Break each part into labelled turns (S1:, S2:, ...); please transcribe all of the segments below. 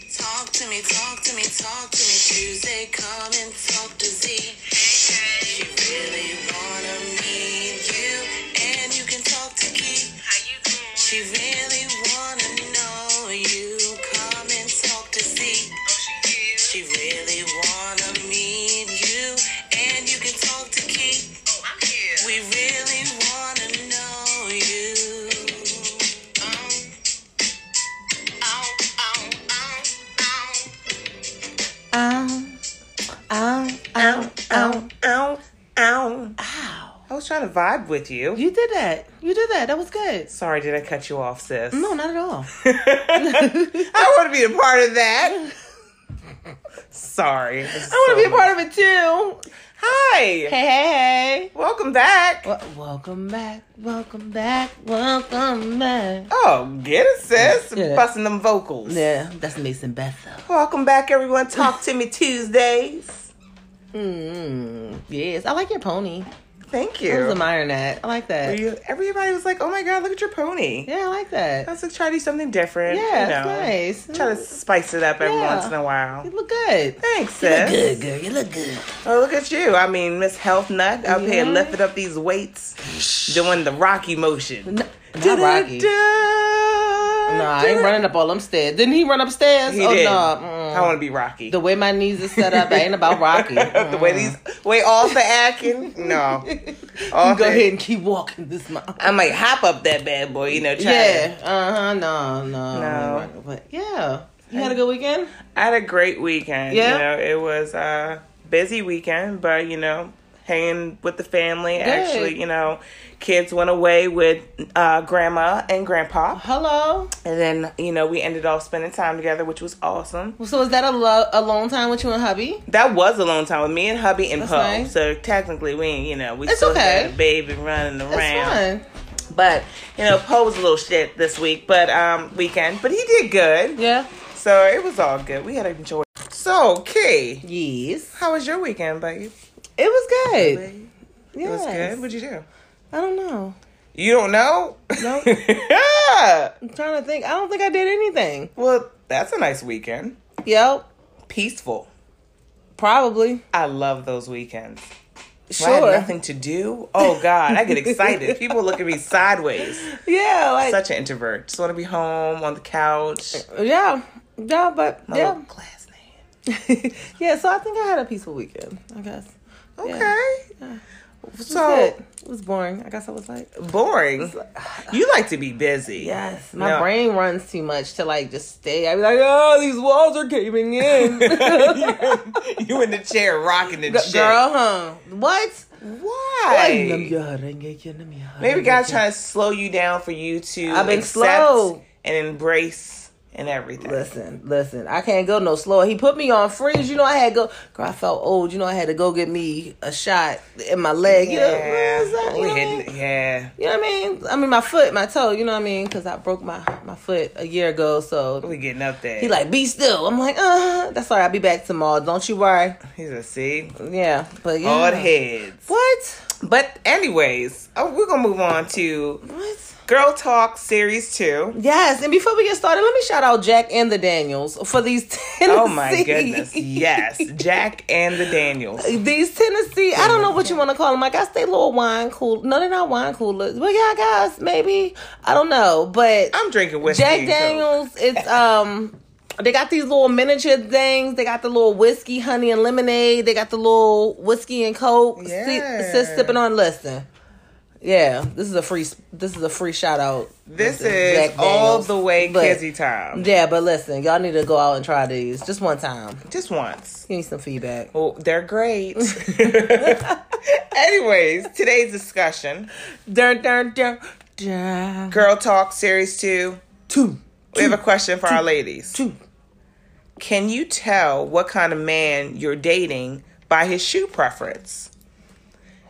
S1: to me, talk to me, talk to me. Tuesday, come and talk to Z. She really wanna meet you, and you can talk to Keith. She really wanna know you. Come and talk to Z. She really wanna meet you, and you can talk to Keith. We really wanna know you. Oh, Ow, ow, ow, ow.
S2: Ow, ow, ow,
S3: Oh,
S2: ow,
S3: ow, ow.
S2: um, ow.
S3: I was trying to vibe with you.
S2: You did that. You did that. That was good.
S3: Sorry, did I cut you off, sis?
S2: No, not at all.
S3: I want to be a part of that. Sorry.
S2: I want to be a part of it too.
S3: Hi.
S2: Hey, hey, hey.
S3: Welcome back.
S2: Wel- welcome back. Welcome back. Welcome back.
S3: Oh, get it, sis.
S2: Yeah.
S3: Busting them vocals.
S2: Yeah, that's Mason Bethel.
S3: Welcome back, everyone. Talk to me Tuesdays.
S2: Mm, yes, I like your pony.
S3: Thank
S2: I was
S3: you.
S2: admiring that. I like that.
S3: You- Everybody was like, "Oh my god, look at your pony."
S2: Yeah, I like that.
S3: Let's try to do something different. you know.
S2: yeah, it's nice.
S3: Try to spice it up every
S2: Yeah.
S3: once in a
S2: You
S3: while.
S2: look good.
S3: Thanks,
S2: You look
S3: sis.
S2: good, girl. You look good.
S3: Oh, look at you. I mean, Miss Health Nut up here
S2: Yeah.
S3: lifting up these weights, doing the Rocky motion.
S2: No, not Rocky.
S3: No,
S2: No, I ain't running up all them stairs. Didn't he run upstairs?
S3: He
S2: oh
S3: did.
S2: no.
S3: I want to be Rocky.
S2: The way my knees are set up, I ain't about Mm. Rocky.
S3: the way these, way all the acting. No. All
S2: Go
S3: the-
S2: ahead and keep walking this mile.
S3: I might hop up that bad boy, you know, try to-
S2: Yeah. Uh huh. No, no.
S3: No.
S2: But yeah. You had a good weekend?
S3: I had a great weekend.
S2: Yeah?
S3: You know, it was a busy weekend, but you know, hanging with the family. Actually, you know, kids went away with uh, grandma and grandpa,
S2: Hello.
S3: and then you know we ended off spending time together, which was awesome.
S2: So is that a, lo- a long time with you and hubby?
S3: That was a long time with me and hubby and
S2: That's
S3: Poe.
S2: nice.
S3: So technically, we ain't, you know we
S2: It's
S3: still
S2: okay.
S3: had a baby running around.
S2: That's fun.
S3: But you know, Poe was a little shit this week, but um weekend, but he did good.
S2: Yeah.
S3: So it was all good. We had enjoyed. So Kay,
S2: Yes.
S3: how was your weekend, buddy?
S2: It was good.
S3: It
S2: Yes.
S3: was good. What'd you do?
S2: I don't know.
S3: You don't know?
S2: I'm trying to think. I don't think I did anything.
S3: well, that's a nice weekend.
S2: Yep.
S3: Peaceful.
S2: Probably.
S3: I love those weekends. When I
S2: Sure.
S3: have nothing to do. Oh God, I get excited. People look at me sideways.
S2: Yeah. Like.
S3: Such an introvert. Just want to be home on the couch. Oh,
S2: yeah. Yeah. But
S3: My
S2: yeah.
S3: little glass man.
S2: yeah. So I think I had a peaceful weekend. I guess. Yeah.
S3: Okay.
S2: So
S3: So
S2: it. it was boring. I guess I was like,
S3: boring. You like to be busy.
S2: yes, my
S3: No.
S2: brain runs too much to like just stay. I'd be like, oh, these walls are caving in,
S3: you in the chair rocking the shit.
S2: girl, huh? What?
S3: Why? Maybe
S2: Maybe
S3: God's trying to slow you down for you to
S2: I've been
S3: accept
S2: slow.
S3: and embrace and everything.
S2: Listen, listen. I can't go no slower. He put me on freeze. You know, I had to go. Girl, I felt old. You know, I had to go get me a shot in my leg. You know,
S3: Yeah,
S2: you know what I'm
S3: we
S2: saying? You know what I
S3: hitting-
S2: mean?
S3: yeah,
S2: You know what I mean? I mean, my foot, my toe. You know what I mean? Because I broke my my foot a year ago. So
S3: we getting up there.
S2: he like, be still. I'm like, uh, that's all right. I'll be back tomorrow. Don't you worry.
S3: he's a see
S2: Yeah, but yeah.
S3: odd heads.
S2: What?
S3: But anyways, oh, we're gonna move on to
S2: What?
S3: Girl Talk Series Two.
S2: Yes, and before we get started, let me shout out Jack and the Daniels for these Tennessee.
S3: Oh my goodness, yes, Jack and the Daniels.
S2: These Tennessee, I don't know what you want to call them. I guess they little wine cool. No, they're not wine coolers. Well, yeah, I guess maybe I don't know, but
S3: I'm drinking whiskey.
S2: Jack
S3: and Coke.
S2: Daniels. It's um, they got these little miniature things. They got the little whiskey, honey, and lemonade. They got the little whiskey and coke. Si-
S3: Yeah.
S2: Sis sipping on. Listen, yeah, this is a free. This is a free shout out.
S3: This
S2: Jack
S3: is all
S2: Daniels.
S3: the way
S2: But-
S3: Kizzy time.
S2: Yeah, but listen, y'all need to go out and try these just one time.
S3: Just once.
S2: Give me some feedback.
S3: Well, they're great. Anyways, today's discussion
S2: Dun, dun, dun, dun.
S3: Girl Talk Series 2.
S2: Two,
S3: We have a question for our ladies.
S2: two.
S3: Can you tell what kind of man you're dating by his shoe preference?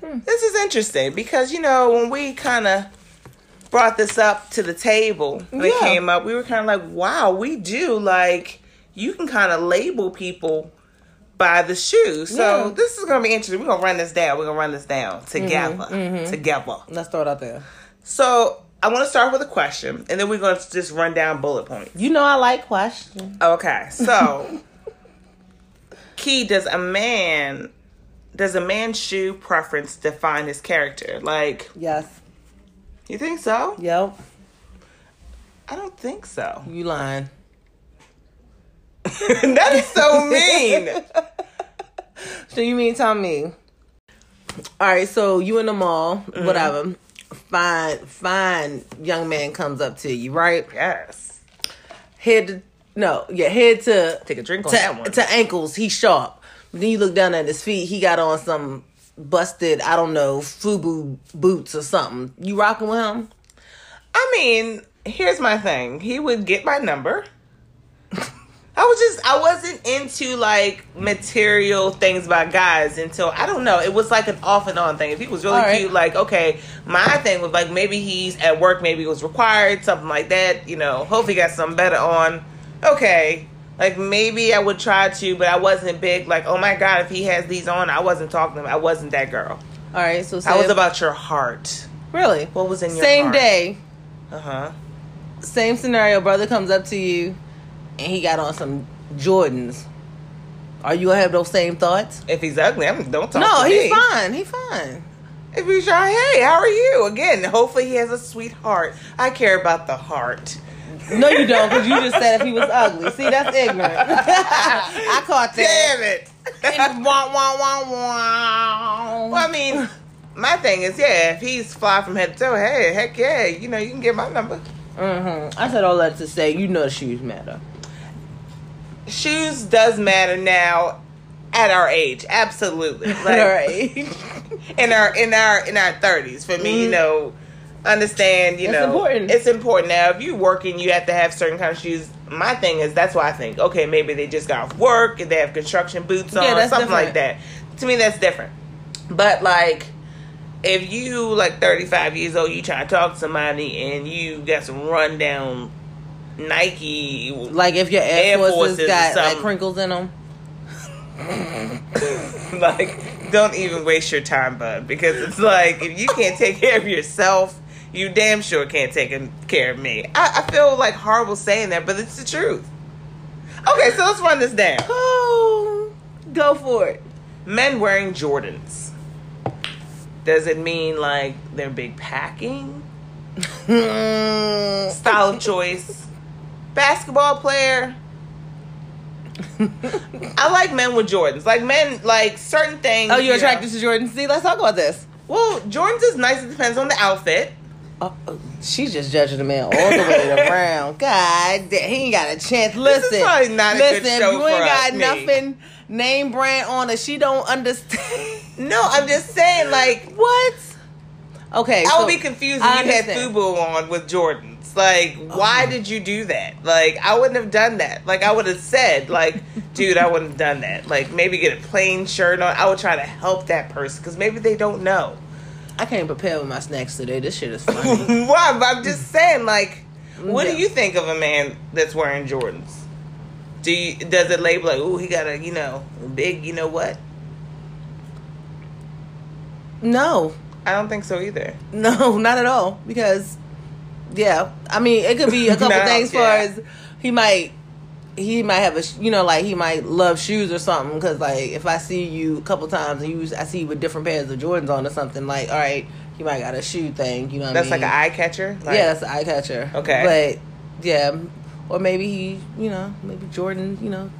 S2: Hmm.
S3: This is interesting because, you know, when we kind of brought this up to the table, when it
S2: Yeah.
S3: came up, we were kind of like, wow, we do. Like, you can kind of label people by the shoe. So
S2: Yeah. Mm-hmm.
S3: this is going to be interesting. We're going to run this down. We're going to run this down together. Together.
S2: Let's throw it out there.
S3: So I want to start with a question, and then we're going to just run down bullet points.
S2: You know I like questions.
S3: Okay, so key does a man does a man's shoe preference define his character? Like,
S2: Yes.
S3: you think so?
S2: Yep.
S3: I don't think so.
S2: You lying.
S3: that is so mean.
S2: So you mean tell me? All right, so you in the mall,
S3: Mm-hmm.
S2: whatever. Fine, fine. Young man comes up to you, right?
S3: yes.
S2: Head to no, yeah, head to
S3: Take a drink on that
S2: to,
S3: one.
S2: to ankles. He's sharp. Then you look down at his feet. He got on some busted, I don't know, FUBU boots or something. You rocking with him?
S3: I mean, here's my thing. He would get my number. I was just I wasn't into like material things by guys until I don't know. It was like an off and on thing. If he was really
S2: All right.
S3: cute, like okay, my thing was like maybe he's at work, maybe it was required, something like that. You know, hope he got something better on. Okay. Like maybe I would try to, but I wasn't big. Like, oh my god, if he has these on, I wasn't talking to him. I wasn't that girl.
S2: All right, so
S3: I was
S2: same-
S3: about your heart.
S2: really
S3: What was in your
S2: same
S3: heart?
S2: day,
S3: Uh huh.
S2: same scenario. Brother comes up to you, and he got on some Jordans. Are you gonna have those same thoughts?
S3: If he's ugly, I'm, don't talk to
S2: No, he's
S3: me.
S2: fine. He's fine.
S3: If he's shy, hey, how are you? Again, hopefully he has a sweet heart. I care about the heart.
S2: No, you don't, because you just said if he was ugly. See, that's ignorant. I caught that.
S3: Damn it.
S2: And wah, wah, wah, wah.
S3: Well, I mean, my thing is, yeah, if he's fly from head to toe, hey, heck yeah, you know, you can get my number.
S2: Mm-hmm. I said all that to say, you know, the shoes matter.
S3: Shoes does matter now at our age, absolutely. Like,
S2: all right.
S3: in our in our in our thirties. For me, you know, understand. You
S2: Mm-hmm. It's
S3: know,
S2: important.
S3: It's important now. If you working, you have to have certain kind of shoes. My thing is that's why I think okay, maybe they just got off work and they have construction boots on,
S2: Yeah, that's
S3: something like that.
S2: different.
S3: To me, that's different. But like. If you like thirty five years old, you try to talk to somebody and you got some rundown Nike.
S2: Like if your
S3: Air
S2: Air Forces
S3: Forces or
S2: got like
S3: something.
S2: crinkles in them.
S3: like, don't even waste your time, bud, because it's like if you can't take care of yourself, you damn sure can't take care of me. I, I feel like horrible saying that, but it's the truth. Okay, so let's run this down.
S2: Oh, go for it.
S3: Men wearing Jordans. Does it mean like they're big packing?
S2: Mm,
S3: Style of choice. Basketball player. I like men with Jordans. Like men, like certain things.
S2: Oh, you're
S3: you know.
S2: attracted to Jordan. See, let's talk about this.
S3: Well, Jordans is nice. It depends on the outfit.
S2: Oh, oh, she's just judging the man all the way around. God damn, he ain't got a chance. Listen,
S3: probably not a good
S2: listen,
S3: show
S2: if you ain't
S3: for
S2: got
S3: us, me.
S2: nothing name brand on her, she don't understand.
S3: No, I'm just saying, like,
S2: what? Okay,
S3: I
S2: so-
S3: would be confused
S2: I
S3: if you had
S2: understand. Oh.
S3: Fubu on with Jordans. Like, why did you do that? Like, I wouldn't have done that. Like, I would have said, like, dude, I wouldn't have done that. Like, maybe get a plain shirt on. I would try to help that person because maybe they don't know.
S2: I can't prepare with my snacks today. This shit is funny.
S3: why? But I'm just saying, like, what
S2: Yeah.
S3: do you think of a man that's wearing Jordans? Do you, does it label like, oh, he got a, you know, big, you know what?
S2: no,
S3: I don't think so either.
S2: no, not at all. Because, yeah, I mean, it could be a couple
S3: No,
S2: things.
S3: yeah.
S2: Far as he might, he might have a, sh- you know, like he might love shoes or something. Because like, if I see you a couple times and you, I see you with different pairs of Jordans on or something, like, all right, you might got a shoe thing. You know, what
S3: That's
S2: I
S3: like
S2: mean?
S3: an eye catcher. Like,
S2: yeah, that's an eye catcher.
S3: Okay.
S2: but yeah, or maybe he, you know, maybe Jordan, you know,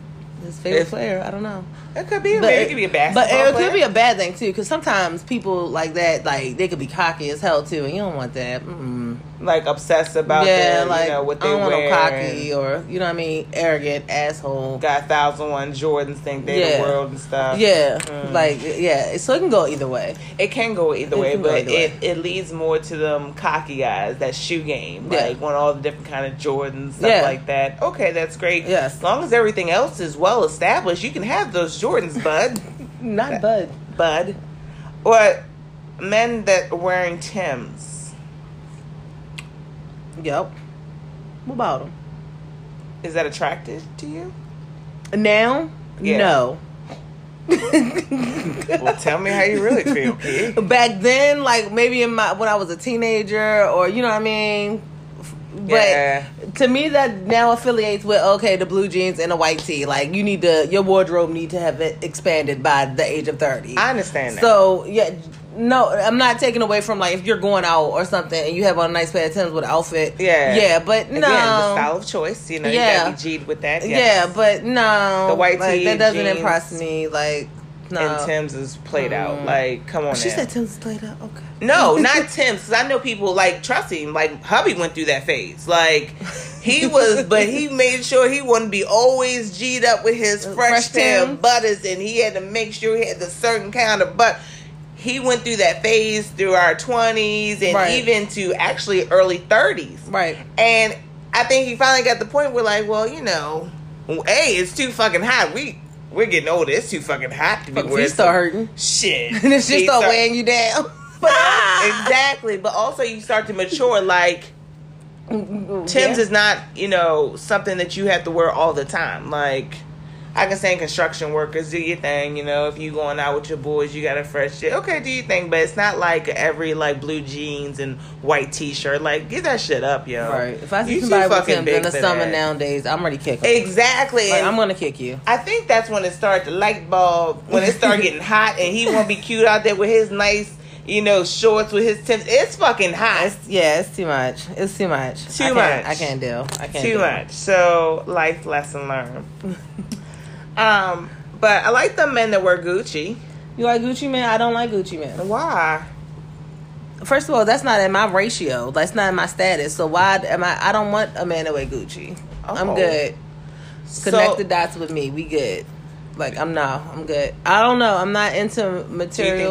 S2: his favorite
S3: If-
S2: player. I don't know.
S3: It could be. maybe it could be a basketball.
S2: But it
S3: player.
S2: could be a bad thing too, because sometimes people like that, like they could be cocky as hell too, and you don't want that. Mm-mm.
S3: like obsessed about
S2: yeah,
S3: their,
S2: like
S3: you know, what
S2: I
S3: they
S2: don't want
S3: wear.
S2: no cocky
S3: and
S2: or you know what I mean, arrogant asshole.
S3: Got a thousand one Jordans think they
S2: Yeah.
S3: the world and stuff.
S2: Yeah,
S3: Mm.
S2: like yeah, so it can go either way.
S3: it can go either
S2: It
S3: way,
S2: can go
S3: but
S2: either
S3: it it leads more to them cocky guys that shoe game,
S2: Yeah.
S3: like want all the different kind of Jordans stuff
S2: Yeah.
S3: like that. Okay, that's great.
S2: Yes.
S3: as long as everything else is well established, you can have those Jordans, bud,
S2: Not bud.
S3: bud. Or men that are wearing Tims.
S2: Yep. What about him?
S3: Is that attractive to you?
S2: Now,
S3: Yeah.
S2: no.
S3: Well, tell me how you really feel, kid.
S2: Back then, like maybe in my when I was a teenager, or you know what I mean. F- But
S3: Yeah.
S2: to me, that now affiliates with okay, the blue jeans and a white tee. Like you need to, your wardrobe need to have it expanded by the age of thirty.
S3: I understand that.
S2: So yeah, no, I'm not taking away from like if you're going out or something and you have on a nice pair of Tim's with an outfit.
S3: Yeah.
S2: yeah, but no,
S3: Again, the style of choice, you know,
S2: Yeah.
S3: you gotta be G'd with that.
S2: yeah, but no,
S3: The white
S2: like,
S3: tee,
S2: that doesn't
S3: jeans,
S2: impress me. Like no, Mm.
S3: And Tim's is played out. Like, come on.
S2: she
S3: now.
S2: said Tim's played up. Okay,
S3: No, not Tim's. 'cause I know people like trust him. Like hubby went through that phase. Like he was, but he made sure he wouldn't be always g'd up with his fresh,
S2: Uh, Fresh
S3: pair
S2: Tim.
S3: of butters, and he had to make sure he had the certain kind of butt. He went through that phase through our twenties and
S2: Right.
S3: even to actually early thirties.
S2: right.
S3: And I think he finally got the point where like, well, you know, hey, it's too fucking hot. We we're getting older. It's too fucking hot to be
S2: Fuck,
S3: wearing
S2: feet start hurting.
S3: shit.
S2: And it's just
S3: Feet
S2: start Ah!
S3: start-
S2: weighing you down.
S3: but exactly. But also, you start to mature. Like Tim's
S2: Yeah.
S3: is not, you know, something that you have to wear all the time. Like I can say, construction workers do your thing. You know, if you going out with your boys, you got a fresh shit. Okay, do your thing. But it's not like every like blue jeans and white t shirt. Like get that shit up, yo.
S2: Right. If I see
S3: You too
S2: somebody with
S3: fucking
S2: Tim's
S3: big
S2: in the
S3: for
S2: summer
S3: that.
S2: nowadays, I'm already kicking.
S3: Exactly.
S2: Like,
S3: And
S2: I'm gonna kick you.
S3: I think that's when it started to light bulb when it started getting hot and he won't be cute out there with his nice, you know, shorts with his tips. It's fucking hot.
S2: It's, yeah, it's too much. It's too much.
S3: Too
S2: I can't,
S3: much.
S2: I can't deal. I can't.
S3: Too
S2: deal.
S3: much. So life lesson learned. um, but I like the men that wear Gucci.
S2: You like Gucci man? I don't like Gucci man.
S3: Why?
S2: First of all, that's not in my ratio. That's not in my status. So why am I? I don't want a man that wear Gucci. I'm
S3: Oh.
S2: good. Connect the dots with me. We good. Like I'm not. I'm good. I don't know. I'm not
S3: Do
S2: into
S3: you
S2: material.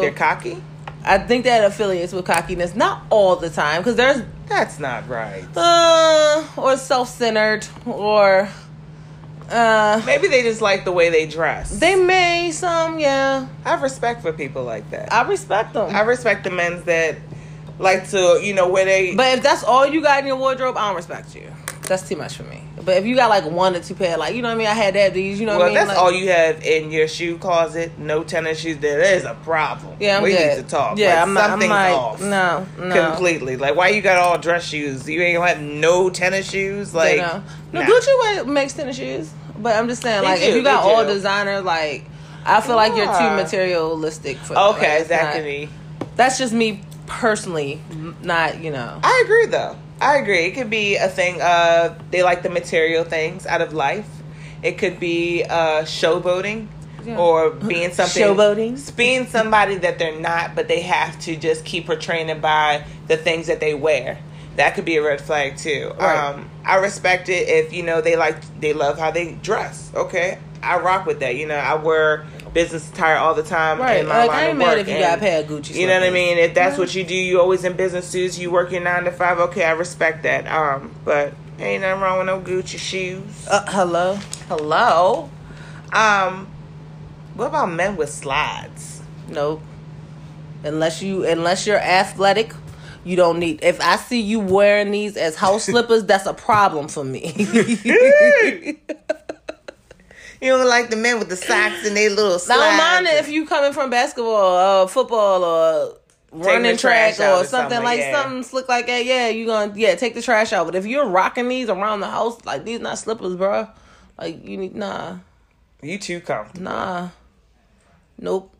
S3: think they're cocky?
S2: I think that affiliates with cockiness. Not all the time, because there's
S3: That's not right.
S2: uh or self-centered or uh
S3: Maybe they just like the way they dress.
S2: they may some yeah.
S3: I have respect for people like that. I,
S2: I respect them.
S3: respect the men that like to, you know, where they.
S2: But if that's all you got in your wardrobe, I don't respect you. That's too much for me. But if you got like one or two pair, like you know what I mean, I had that these, you know
S3: well,
S2: what I mean.
S3: that's
S2: Like-
S3: all you have in your shoe closet. No tennis shoes. There is a problem.
S2: Yeah, I'm
S3: we
S2: good.
S3: need to talk.
S2: Yeah,
S3: like,
S2: I'm not. I'm
S3: something's
S2: like,
S3: off.
S2: no, no.
S3: completely. Like, why you got all dress shoes? You ain't gonna have no tennis shoes. Like,
S2: you know. uh, no,
S3: nah.
S2: Gucci wear makes tennis shoes, but I'm just saying,
S3: They
S2: like,
S3: do,
S2: if you got
S3: they
S2: all
S3: do.
S2: designer, like, I feel like you're
S3: Yeah.
S2: too materialistic for. that. Like,
S3: Okay,
S2: it's
S3: that
S2: not-
S3: could be.
S2: That's just me personally, m- not you know.
S3: I agree, though. I agree. It could be a thing. Uh, they like the material things out of life. It could be uh, showboating.
S2: Yeah.
S3: Or being something
S2: Showboating.
S3: being somebody that they're not, but they have to just keep portraying it by the things that they wear. That could be a red flag too.
S2: Right.
S3: Um, I respect it if you know they like they love how they dress. Okay, I rock with that. You know, I wear business attire all the time
S2: Right,
S3: in my
S2: like
S3: line
S2: I ain't
S3: of
S2: mad
S3: work,
S2: if you
S3: and-
S2: got a pair of Gucci.
S3: you know what I
S2: slippers.
S3: mean? If that's what you do, you always in business suits. You work your nine to five. Okay, I respect that. Um, but ain't nothing wrong with no Gucci shoes.
S2: Uh, hello.
S3: hello. Um, what about men with slides?
S2: Nope. Unless you unless you're athletic, you don't need. If I see you wearing these as house slippers, that's a problem for me.
S3: you don't like the men with the socks and they little
S2: I
S3: slides.
S2: don't mind it if you coming from basketball, uh, football, or running
S3: the trash
S2: track,
S3: out
S2: or
S3: or
S2: something
S3: something,
S2: like
S3: yeah.
S2: something slick like that. Yeah, you gonna yeah take the trash out. But if you're rocking these around the house, like these not slippers, bro. Like you need nah
S3: You too comfortable.
S2: nah, nope.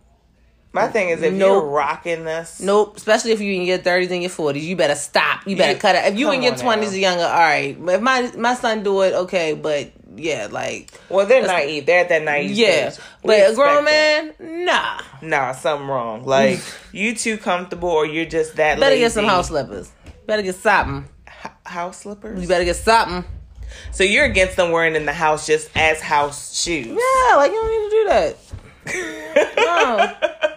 S3: My thing is if
S2: Nope.
S3: you're rocking this,
S2: Nope. Especially if you in your thirties and your forties, you better stop. You better
S3: You-
S2: cut it. If you in
S3: come
S2: your
S3: on
S2: twenties
S3: now.
S2: or younger, all right. But if my my son do it, okay. But yeah, like
S3: well they're naive. They're at that naive.
S2: yeah.
S3: stage. We
S2: But a
S3: expect
S2: grown
S3: that.
S2: man, nah.
S3: nah, something wrong. Like you too comfortable, or you're just that.
S2: Better get
S3: lazy.
S2: some house slippers. Better get something.
S3: H- house slippers.
S2: You better get something.
S3: so you're against them wearing in the house just as house shoes.
S2: Yeah, like you don't need to do that. No.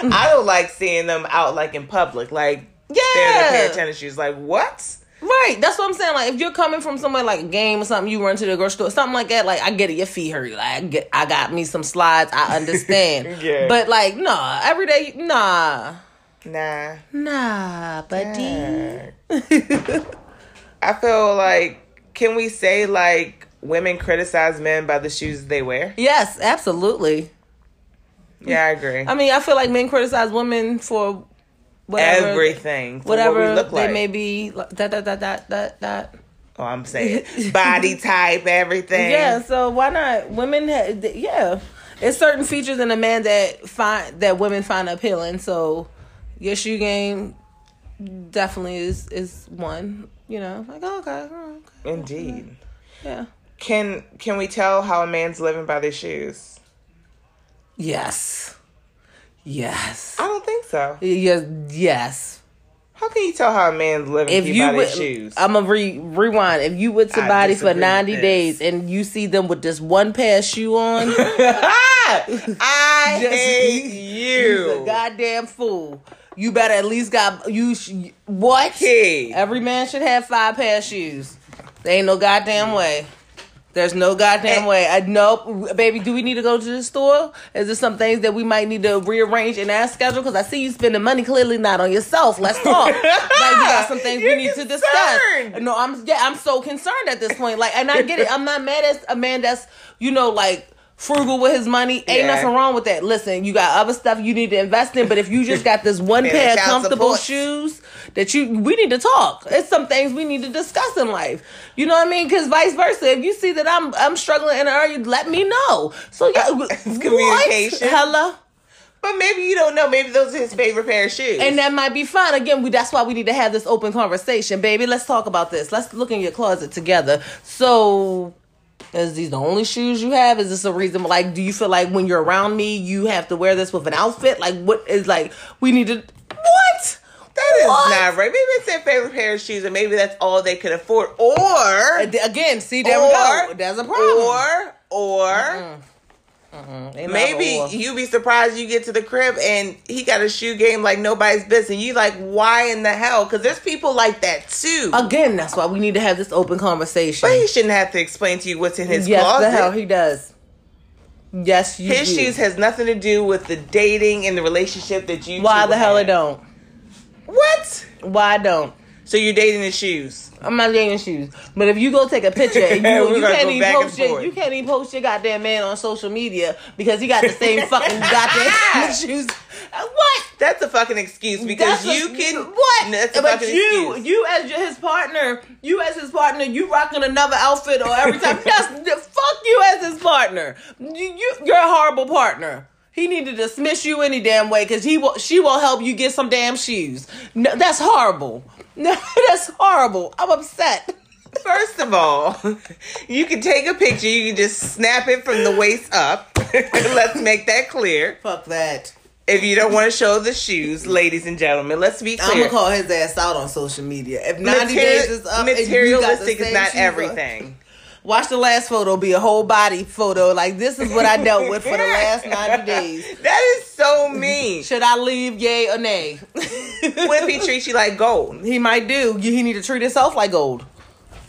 S3: I don't like seeing them out like in public. Like yeah, they're in a pair of tennis shoes. Like what?
S2: Right. That's what I'm saying. Like if you're coming from somewhere like a game or something, you run to the grocery store, something like that, like I get it, your feet hurt. Like I get I got me some slides, I understand.
S3: Yeah.
S2: But like, nah, every day nah.
S3: Nah.
S2: Nah, buddy.
S3: I feel like can we say like women criticize men by the shoes they wear?
S2: Yes, absolutely.
S3: Yeah, I agree.
S2: I mean, I feel like men criticize women for whatever,
S3: Everything. for
S2: whatever
S3: what we look
S2: they
S3: like.
S2: may be. like, That that that that that that.
S3: Oh, I'm saying body type, everything.
S2: Yeah. So why not? Women. Ha- th- yeah, it's certain features in a man that find that women find appealing. So your shoe game definitely is is one. You know, like oh, okay, oh, okay,
S3: Indeed.
S2: yeah.
S3: Can can we tell how a man's living by their shoes?
S2: Yes. Yes.
S3: I don't think so.
S2: Yes. Yes.
S3: How can you tell how a man's living
S2: If you
S3: by
S2: would,
S3: their shoes?
S2: I'm gonna re- rewind. If you with somebody for
S3: disagree with
S2: 90
S3: this.
S2: days and you see them with this one pair of shoe on,
S3: I
S2: Just-
S3: hate
S2: you's a
S3: you.
S2: goddamn fool. You better at least got you. Sh- what?
S3: Kid.
S2: Every man should have five pair of shoes. There ain't no goddamn way. There's no goddamn
S3: Eh.
S2: way. I, nope, baby. Do we need to go to the store? Is there some things that we might need to rearrange in our schedule? Because I see you spending money clearly not on yourself. Let's talk. like we got some things
S3: You're
S2: we need to discuss.
S3: concerned.
S2: No, I'm yeah, I'm so concerned at this point. Like, and I get it. I'm not mad at a man that's you know like frugal with his money. Ain't
S3: Yeah.
S2: nothing wrong with that. Listen, you got other stuff you need to invest in, but if you just got this one
S3: Man,
S2: pair of
S3: child
S2: comfortable
S3: support.
S2: shoes that you we need to talk. It's some things we need to discuss in life. You know what I mean? Because vice versa, if you see that I'm I'm struggling in an area, let me know. So yeah, what?
S3: communication.
S2: Hello.
S3: But maybe you don't know. Maybe those are his favorite pair of shoes.
S2: And that might be fun. Again, we, that's why we need to have this open conversation, baby. Let's talk about this. Let's look in your closet together. So, is these the only shoes you have? Is this a reason? Like, do you feel like when you're around me, you have to wear this with an outfit? Like, what is like? We need to what?
S3: that is
S2: What?
S3: not right. Maybe it's their favorite pair of shoes, and maybe that's all they could afford. Or
S2: Again, see there we go. There's a problem.
S3: Or or
S2: Ain't
S3: maybe
S2: never or.
S3: you be surprised you get to the crib and he got a shoe game like nobody's business. And you like, why in the hell? Because there's people like that too.
S2: again, that's why we need to have this open conversation.
S3: but he shouldn't have to explain to you what's in his
S2: yes,
S3: closet.
S2: the hell he does. Yes, you.
S3: his
S2: do.
S3: shoes has nothing to do with the dating and the relationship that you.
S2: Why
S3: two
S2: the hell
S3: have.
S2: it don't?
S3: What?
S2: Why don't?
S3: So you're dating the shoes.
S2: I'm not dating shoes. But if you go take a picture and you,
S3: We're
S2: you
S3: gonna
S2: can't
S3: go
S2: even
S3: back and
S2: post your
S3: forth.
S2: you can't even post your goddamn man on social media because he got the same fucking goddamn shoes. What?
S3: That's a fucking excuse because
S2: That's a-
S3: you can.
S2: what?
S3: That's a
S2: but
S3: fucking
S2: you,
S3: excuse.
S2: you as your- his partner, you as his partner, you rocking another outfit or every time. That's fuck you as his partner. You, you you're a horrible partner. He need to dismiss you any damn way because he will. She will help you get some damn shoes. No, that's horrible. No, that's horrible. I'm upset.
S3: First of all, you can take a picture. You can just snap it from the waist up. Let's make that clear.
S2: Fuck that.
S3: If you don't want to show the shoes, ladies and gentlemen, let's be
S2: I'm
S3: clear.
S2: gonna call his ass out on social media. If 90
S3: Materi-
S2: days is up, and you got the
S3: materialistic is
S2: same
S3: not
S2: shoes on-
S3: everything.
S2: Watch the last photo be a whole body photo. Like this is what I dealt with for the last 90 days.
S3: That is so mean.
S2: Should I leave, yay or nay?
S3: what if he treats you like gold?
S2: he might do. You- He need to treat himself like gold.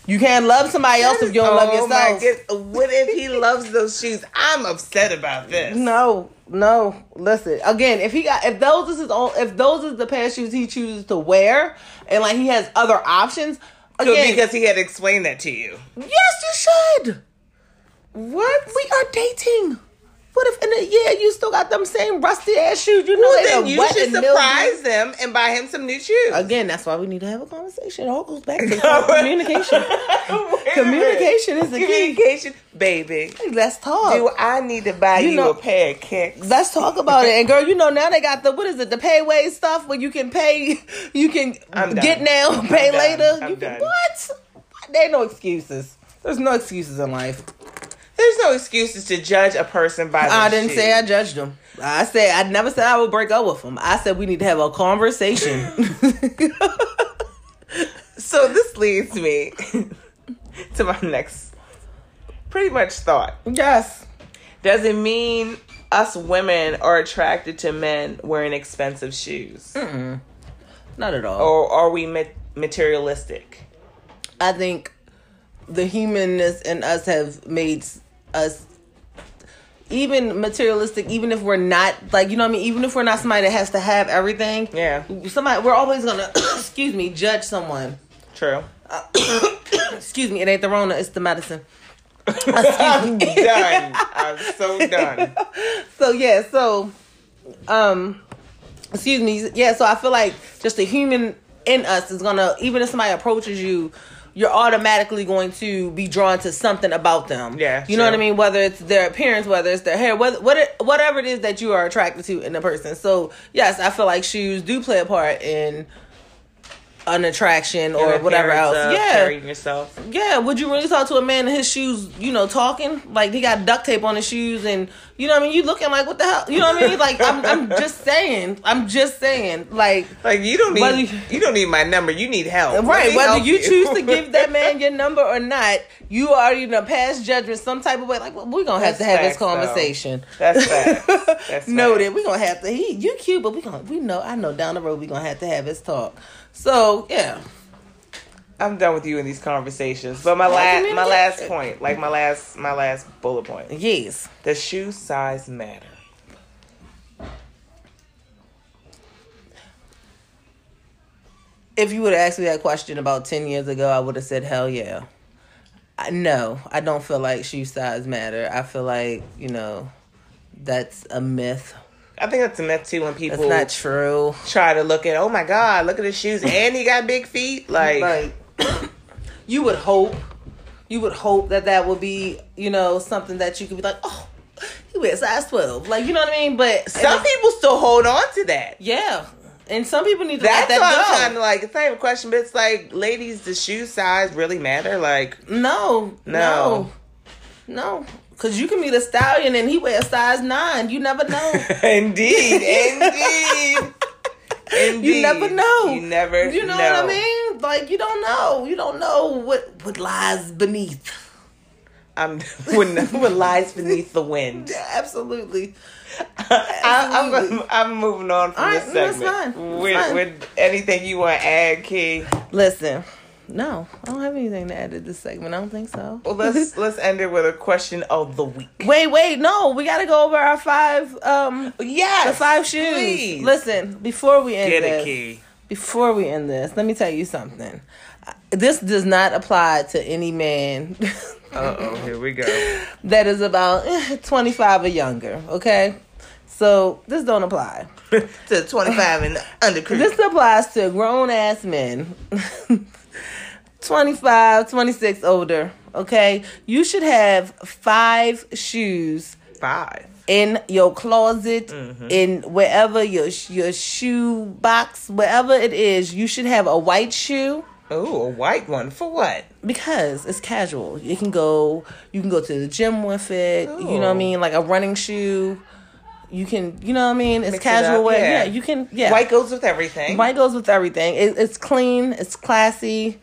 S2: You can't love somebody else if you don't love
S3: Oh my
S2: yourself.
S3: goodness. What if he loves those shoes? I'm upset about this.
S2: No, no. Listen again. If he got if those is his own if those is the pair of shoes he chooses to wear, and like he has other options.
S3: So
S2: Again,
S3: because he had explained that to you.
S2: Yes, you should. What? We are dating. What if in a year you still got them same rusty ass shoes? You know
S3: Well,
S2: they
S3: then
S2: done
S3: you
S2: wet
S3: should
S2: and mildew.
S3: surprise them and buy him some new shoes.
S2: Again, that's why we need to have a conversation. It all goes back to communication. communication is the key.
S3: Communication, baby.
S2: Let's talk.
S3: Do I need to buy
S2: You
S3: you,
S2: know-
S3: a pair of kicks?
S2: Let's talk about it. And girl, you know now they got the what is it? The payway stuff where you can pay, you can
S3: I'm done.
S2: get now, pay
S3: I'm done.
S2: later.
S3: I'm
S2: you can,
S3: done.
S2: what? There ain't no excuses. There's no excuses in life.
S3: There's no excuses to judge a person by.
S2: I
S3: their
S2: didn't
S3: shoes.
S2: say I judged him. I said I never said I would break up with him. I said we need to have a conversation.
S3: So this leads me to my next, pretty much thought.
S2: yes.
S3: Does it mean us women are attracted to men wearing expensive shoes,
S2: Mm. Not at all.
S3: or are we ma- materialistic?
S2: I think the humanness in us have made s- us even materialistic, even if we're not like you know what I mean, even if we're not somebody that has to have everything.
S3: Yeah,
S2: Somebody we're always gonna excuse me, judge someone.
S3: true.
S2: Excuse me, it ain't the Rona, it's the medicine.
S3: I'm done. I'm so done.
S2: So yeah, so um excuse me yeah so i feel like just the human in us is gonna even if somebody approaches you you're automatically going to be drawn to something about them
S3: Yeah,
S2: you know what i
S3: sure.
S2: mean whether it's their appearance whether it's their hair whether, what it, whatever it is that you are attracted to in a person so yes i feel like shoes do play a part in an attraction or
S3: Your
S2: whatever
S3: appearance
S2: else
S3: of
S2: yeah
S3: carrying yourself.
S2: yeah, would you really talk to a man in his shoes, you know, talking? Like he got duct tape on his shoes and you know what I mean? You looking like what the hell you know what I mean? Like I'm I'm just saying. I'm just saying. Like
S3: Like you don't need
S2: Whether-
S3: you, don't need my number. You need help. Let
S2: Right,
S3: me
S2: whether
S3: help
S2: you choose to give that man your number or not, you are in a past judgment some type of way. Like well, we're gonna
S3: That's
S2: have to have this
S3: facts, though.
S2: conversation.
S3: That's facts. That's
S2: Noted. We're gonna have to he you cute, but we gonna we know I know down the road we're gonna have to have this talk. So yeah.
S3: I'm done with you in these conversations. But my
S2: Why you
S3: last
S2: mean
S3: my
S2: that?
S3: last point, like my last my last bullet point,
S2: Yes.
S3: the shoe size matter.
S2: if you would have asked me that question about 10 years ago, I would have said, hell yeah. I, no, I don't feel like shoe size matter. I feel like, you know, that's a myth.
S3: I think that's a myth too when
S2: That's
S3: people
S2: not true.
S3: try to look at oh my god, look at his shoes and he got big feet. Like,
S2: Like, you would hope, you would hope that that would be, you know, something that you could be like, oh, he wears size 12. Like, you know what I mean? But
S3: some
S2: and it-
S3: people still hold on to that.
S2: yeah. And some people need to
S3: That's
S2: let
S3: why
S2: that
S3: I'm
S2: go.
S3: kind of like it's not even a question, but it's like ladies, the shoe size really matter. Like
S2: No,
S3: No.
S2: no, no. Cause you can meet a stallion and he wears size nine. You never know.
S3: indeed, indeed. Indeed.
S2: You never know.
S3: You never.
S2: You know, what I mean? Like you don't know. You don't know what what lies beneath.
S3: I'm when what lies beneath the wind.
S2: Yeah, absolutely.
S3: I, I'm I'm moving on from
S2: All right,
S3: this
S2: no, it's
S3: segment.
S2: fine. It's
S3: With,
S2: fine.
S3: with anything you want to add, Key.
S2: Listen, no, I don't have anything to add to this segment. I don't think so.
S3: Well, let's let's end it with a question of the week.
S2: wait, wait, no, we gotta go over our five um
S3: Yes,
S2: the five shoes.
S3: please.
S2: Listen, before we end
S3: Get
S2: this,
S3: it, Key.
S2: before we end this, let me tell you something. This does not apply to any man
S3: Uh oh, here we go.
S2: that is about eh, 25 or younger, okay? So this don't apply.
S3: to 25 and under crew.
S2: This applies to grown ass men. 25, 26 older, okay? You should have 5 shoes
S3: five.
S2: in your closet, in wherever your your shoe box, wherever it is, you should have a white shoe.
S3: Ooh, a white one for what?
S2: because it's casual. It can go. You can go to the gym with it. You know what I
S3: Ooh.
S2: mean? Like a running shoe. You can. You know what I mean? It's
S3: Mix it
S2: casual
S3: up,
S2: wear.
S3: yeah.
S2: Yeah. You can. Yeah.
S3: White goes with everything.
S2: White goes with everything. It, it's clean. It's classy.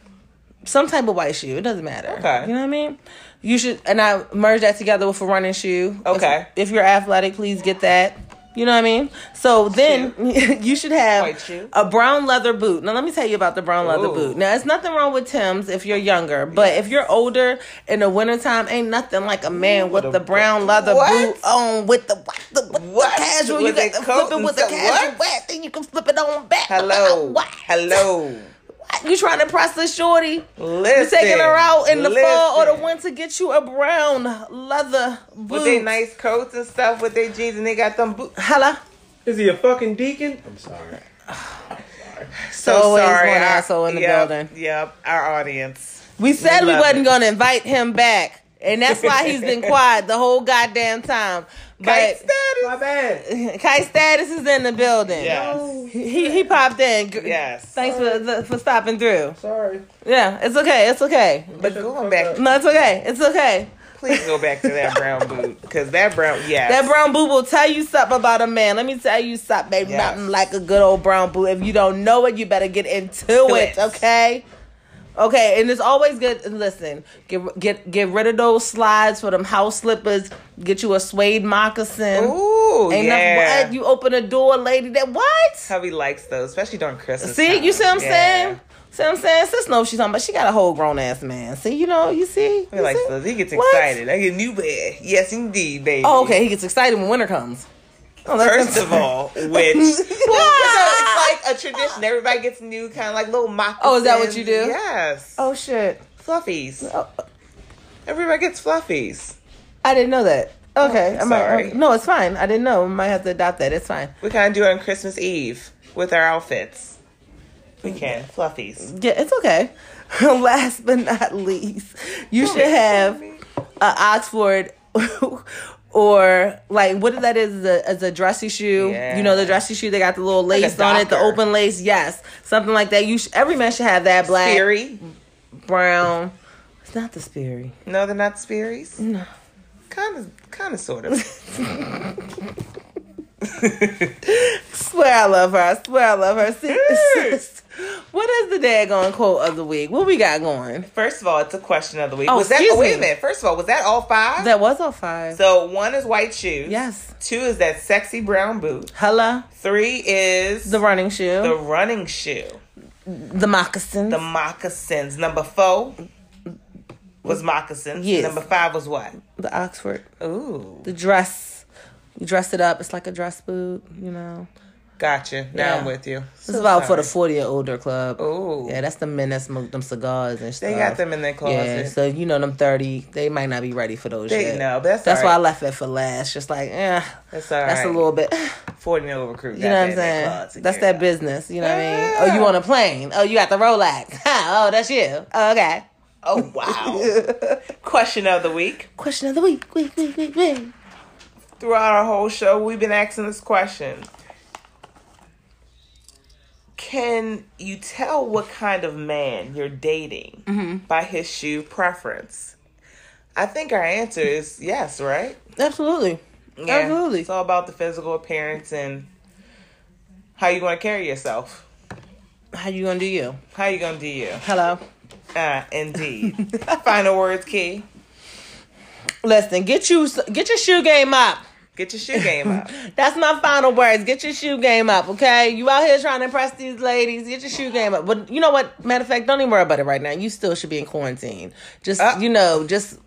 S2: Some type of white shoe. It doesn't matter.
S3: Okay.
S2: You know what I mean? You should. And I merge that together with a running shoe. If-
S3: Okay.
S2: If, you're athletic, please get that. You know what I mean? So then you should
S3: White
S2: have
S3: shoe.
S2: a brown leather boot. Now let me tell you about the brown leather
S3: Ooh.
S2: boot. Now it's nothing wrong with Tim's if you're younger, but if you're older in the wintertime, ain't nothing like a man with
S3: a-
S2: the brown leather
S3: What?
S2: boot on with the what the, with the
S3: What?
S2: casual.
S3: With
S2: you
S3: that
S2: got to
S3: coat
S2: flip it
S3: and
S2: with the
S3: stuff.
S2: casual
S3: What?
S2: wet, then you can flip it on back.
S3: Hello.
S2: What?
S3: Hello.
S2: What? You trying to press the shorty?
S3: Listen.
S2: Taking her out in the fall or the
S3: listen.
S2: winter, get you a brown leather boot.
S3: With their nice coats and stuff, with their jeans, and they got them boots.
S2: Hello.
S4: Is he a fucking deacon? I'm sorry.
S3: So
S2: Always
S3: sorry,
S2: one
S3: our-
S2: asshole in the
S3: yep,
S2: building.
S3: Yep, our audience.
S2: We said we,
S3: love
S2: wasn't
S3: it.
S2: going to invite him back, and that's why he's been quiet the whole goddamn time.
S3: Kite
S2: But
S4: My
S3: status.
S4: bad.
S2: Kite Status is in the building.
S3: Yes.
S2: He he popped in. G-
S3: Yes.
S2: Thanks for the, for stopping through.
S4: Sorry.
S2: Yeah, it's okay. It's okay.
S3: But going back,
S2: No, it's okay. It's okay.
S3: please go back to that brown boot because that brown, yes,
S2: That brown boot will tell you something about a man. Let me tell you something, baby.
S3: Yes.
S2: Nothing like a good old brown boot. If you don't know it, you better get into
S3: it.
S2: it, okay? Okay, and it's always good. Listen, get get get rid of those slides for them house slippers. Get you a suede moccasin.
S3: Ooh,
S2: Ain't
S3: yeah.
S2: nothing. What? You open a door, lady. That what?
S3: Hubby likes those, especially during Christmas.
S2: See,
S3: time.
S2: you see what I'm
S3: Yeah.
S2: saying? See what I'm saying? Sis knows what she's talking about. She got a whole grown ass man. See, you know, you see?
S3: He
S2: You
S3: likes
S2: see?
S3: those. He gets
S2: What?
S3: excited. I get new bed. Yes, indeed, baby.
S2: Oh, okay. He gets excited when winter comes. Oh, that's-
S3: First of all, which well, you know, it's like a tradition. Everybody gets new kind of like little moccasins.
S2: Oh, is that what you do?
S3: Yes.
S2: oh shit.
S3: fluffies.
S2: Oh,
S3: Everybody gets fluffies.
S2: I didn't know that. Okay, I might,
S3: Sorry.
S2: no, it's fine. I didn't know. I might have to adopt that. It's fine.
S3: We kind of do it on Christmas Eve with our outfits. We can fluffies.
S2: Yeah, it's okay. Last but not least, you should have a Oxford or like what that is is a, is a dressy shoe. You know the dressy shoe they got the little
S3: a
S2: lace on it, the
S3: docker.
S2: open lace. Yes, something like that. You sh- every man should have that black,
S3: Speary?
S2: brown. It's not the Sperry.
S3: No, they're not Spearies. No. Kind of, kind of, sort of.
S2: Swear I love her. I swear I love her. Sis- what is the daggone quote of the week? What we got going?
S3: First of all, it's a question of the week.
S2: Oh,
S3: was that?
S2: excuse
S3: oh, wait
S2: me.
S3: a minute. First of all, was that all five?
S2: That was on five.
S3: so one is white shoes.
S2: Yes.
S3: Two is that sexy brown boot.
S2: Hella,
S3: Three is
S2: the running shoe,
S3: the
S2: the,
S3: running shoe.
S2: moccasins.
S3: The moccasins. Number four was moccasins.
S2: Yes.
S3: Number five was what?
S2: the Oxford,
S3: Ooh.
S2: the dress. You dress it up. It's like a dress boot, you know.
S3: Gotcha. Now
S2: Yeah.
S3: I'm with you.
S2: This is about for the forty or older club.
S3: Ooh.
S2: yeah, that's the men that smoke them cigars and stuff.
S3: Oh. They got them in their closet.
S2: Yeah, so you know them thirty, they might not be ready for those.
S3: They
S2: yet.
S3: know, but that's
S2: that's
S3: all
S2: why I
S3: right.
S2: left it for last. Just like, eh,
S3: That's all
S2: that's
S3: right.
S2: a little bit.
S3: forty and over crew.
S2: You know what I'm saying? That's that business. You know what I mean? Oh,
S3: Yeah.
S2: you on a plane? Oh, you got the Rolex? Ha, oh, that's you. Oh, okay.
S3: Oh wow. Question of the week.
S2: Question of the week. Week. Week. Week. Week.
S3: Throughout our whole show, we've been asking this question. Can you tell what kind of man you're dating by his shoe preference? I think our answer is yes, right?
S2: Absolutely.
S3: Yeah.
S2: Absolutely.
S3: It's all about the physical appearance and how you going to carry yourself.
S2: How you gonna do you?
S3: How you going to do you.
S2: Hello.
S3: Uh, indeed. Final words, Key.
S2: Listen, get you get your shoe game up.
S3: Get your shoe game up.
S2: That's my final words. Get your shoe game up, okay? You out here trying to impress these ladies. Get your shoe game up. But you know what? Matter of fact, don't even worry about it right now. You still should be in quarantine. Just
S3: Uh.
S2: you know, just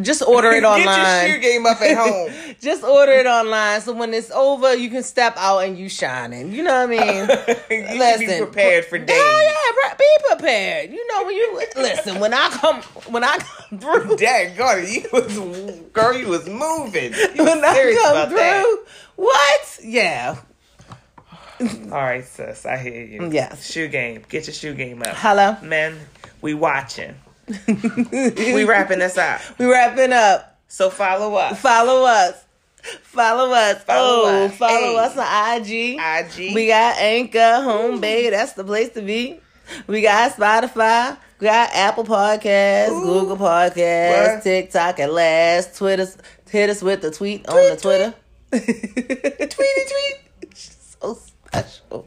S2: just order it online.
S3: Get your shoe game up at home.
S2: Just order it online. So when it's over, you can step out and you shining. You know what I
S3: you
S2: mean?
S3: should be
S2: Listen,
S3: prepared for days.
S2: Hell yeah, bro. Be prepared. You know when you listen. When I come, when I come through,
S3: Dad, God, you was girl, you was moving. You was
S2: when I
S3: serious
S2: come
S3: about
S2: through,
S3: that.
S2: what? Yeah.
S3: All right, sis, I hear you.
S2: Yes.
S3: shoe game. Get your shoe game up,
S2: Hello.
S3: man. We watching. we wrapping this up.
S2: We wrapping up.
S3: So follow up.
S2: Follow us. Follow us.
S3: Follow
S2: oh,
S3: us. Hey.
S2: follow us on IG.
S3: IG.
S2: We got Anchor, Home Bay. That's the place to be. We got Spotify. We got Apple Podcasts, Google Podcasts,
S3: What?
S2: TikTok at last, Twitter. Hit us with the tweet on the Twitter. Tweety tweet. She's so special.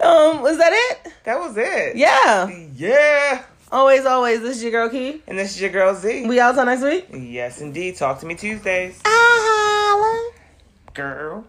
S2: Um, was that it?
S3: that was it.
S2: Yeah.
S3: Yeah.
S2: Always, always. This is your girl Key.
S3: And this is your girl Z.
S2: We out till next week.
S3: yes, indeed. Talk to me Tuesdays,
S2: I holla.
S3: girl.